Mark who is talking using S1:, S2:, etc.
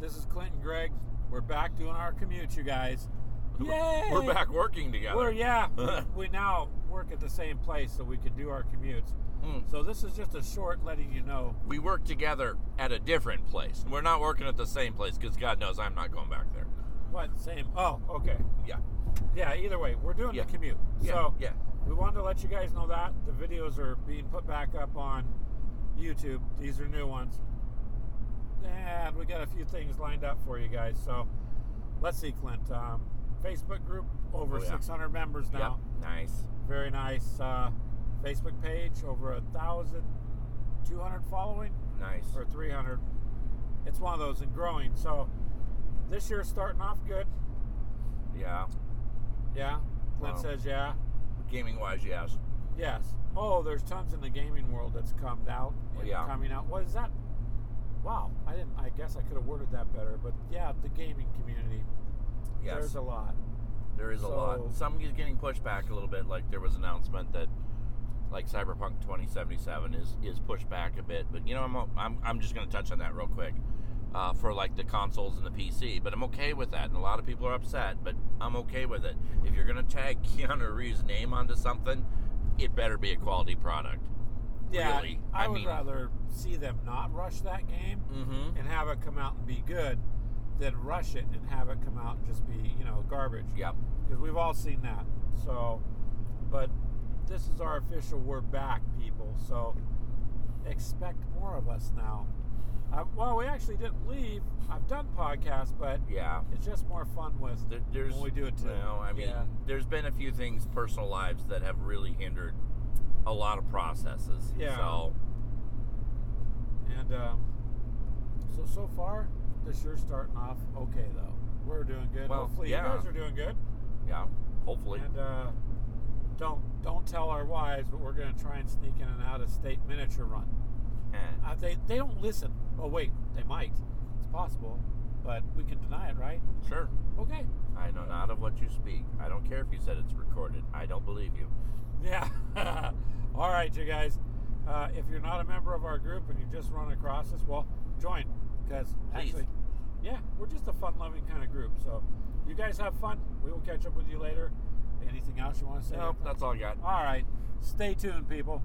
S1: This is Clinton Greg. We're back doing our commute, you guys. Yay!
S2: We're back working together.
S1: We're yeah. we now work at the same place, so we can do our commutes.
S2: Mm.
S1: So this is just a short letting you know.
S2: We work together at a different place. We're not working at the same place because God knows I'm not going back there.
S1: What same? Oh, okay.
S2: Yeah.
S1: Yeah. Either way, we're doing
S2: Yeah.
S1: the commute.
S2: Yeah.
S1: So
S2: yeah.
S1: we wanted to let you guys know that the videos are being put back up on YouTube. These are new ones, and we got a few things lined up for you guys. So let's see, Clint. Um, Facebook group over
S2: Oh, yeah.
S1: 600 members now.
S2: Yep. Nice.
S1: very nice uh, Facebook page, over a thousand, two hundred following
S2: Nice.
S1: or three hundred. It's one of those and growing. So this year's starting off good.
S2: Yeah.
S1: Yeah, Clint
S2: Wow.
S1: says yeah,
S2: Gaming wise, yes.
S1: yes. Oh, there's tons in the gaming world that's come out. and
S2: Oh, Yeah.
S1: coming out. What is that? Wow, I didn't. I guess I could have worded that better, but yeah, the gaming community.
S2: Yes.
S1: There's a lot.
S2: There is a
S1: So-
S2: lot. Some is getting pushed back a little bit. Like there was an announcement that, like Cyberpunk 2077 is is pushed back a bit. But you know, I'm I'm, I'm just going to touch on that real quick, uh, for like the consoles and the PC. But I'm okay with that, and a lot of people are upset. But I'm okay with it. If you're going to tag Keanu Reeves' name onto something, it better be a quality product.
S1: Yeah,
S2: Really,
S1: I,
S2: I
S1: would
S2: mean-
S1: rather see them not rush that game
S2: Mm-hmm.
S1: and have it come out and be good than rush it and have it come out and just be, you know, garbage.
S2: Yep.
S1: Because we've all seen that. So, but this is our official we're back, people. So expect more of us now. I, well, we actually didn't leave. I've done podcasts, but
S2: Yeah.
S1: it's just more fun with.
S2: There, there's
S1: When we do it to-
S2: No, I mean,
S1: yeah.
S2: there's been a few things, personal lives, that have really hindered a lot of processes.
S1: Yeah.
S2: So.
S1: And um, so, so far, this year's starting off okay, though. We're doing good.
S2: Well,
S1: Hopefully,
S2: yeah.
S1: you guys are doing good.
S2: Yeah, hopefully.
S1: And uh, don't don't tell our wives, but we're going to try and sneak in an out-of-state miniature run.
S2: Eh,
S1: Uh, they they don't listen. Oh wait, they might. It's possible, but we can deny it, right?
S2: sure.
S1: Okay.
S2: I know not of what you speak. I don't care if you said it's recorded. I don't believe you.
S1: Yeah. All right, you guys. Uh, if you're not a member of our group and you just run across us, well, join because
S2: Please.
S1: actually, yeah, we're just a fun-loving kind of group. So you guys have fun. We will catch up with you later. Anything else you want to say?
S2: Nope, that's all I got.
S1: All right. Stay tuned, people.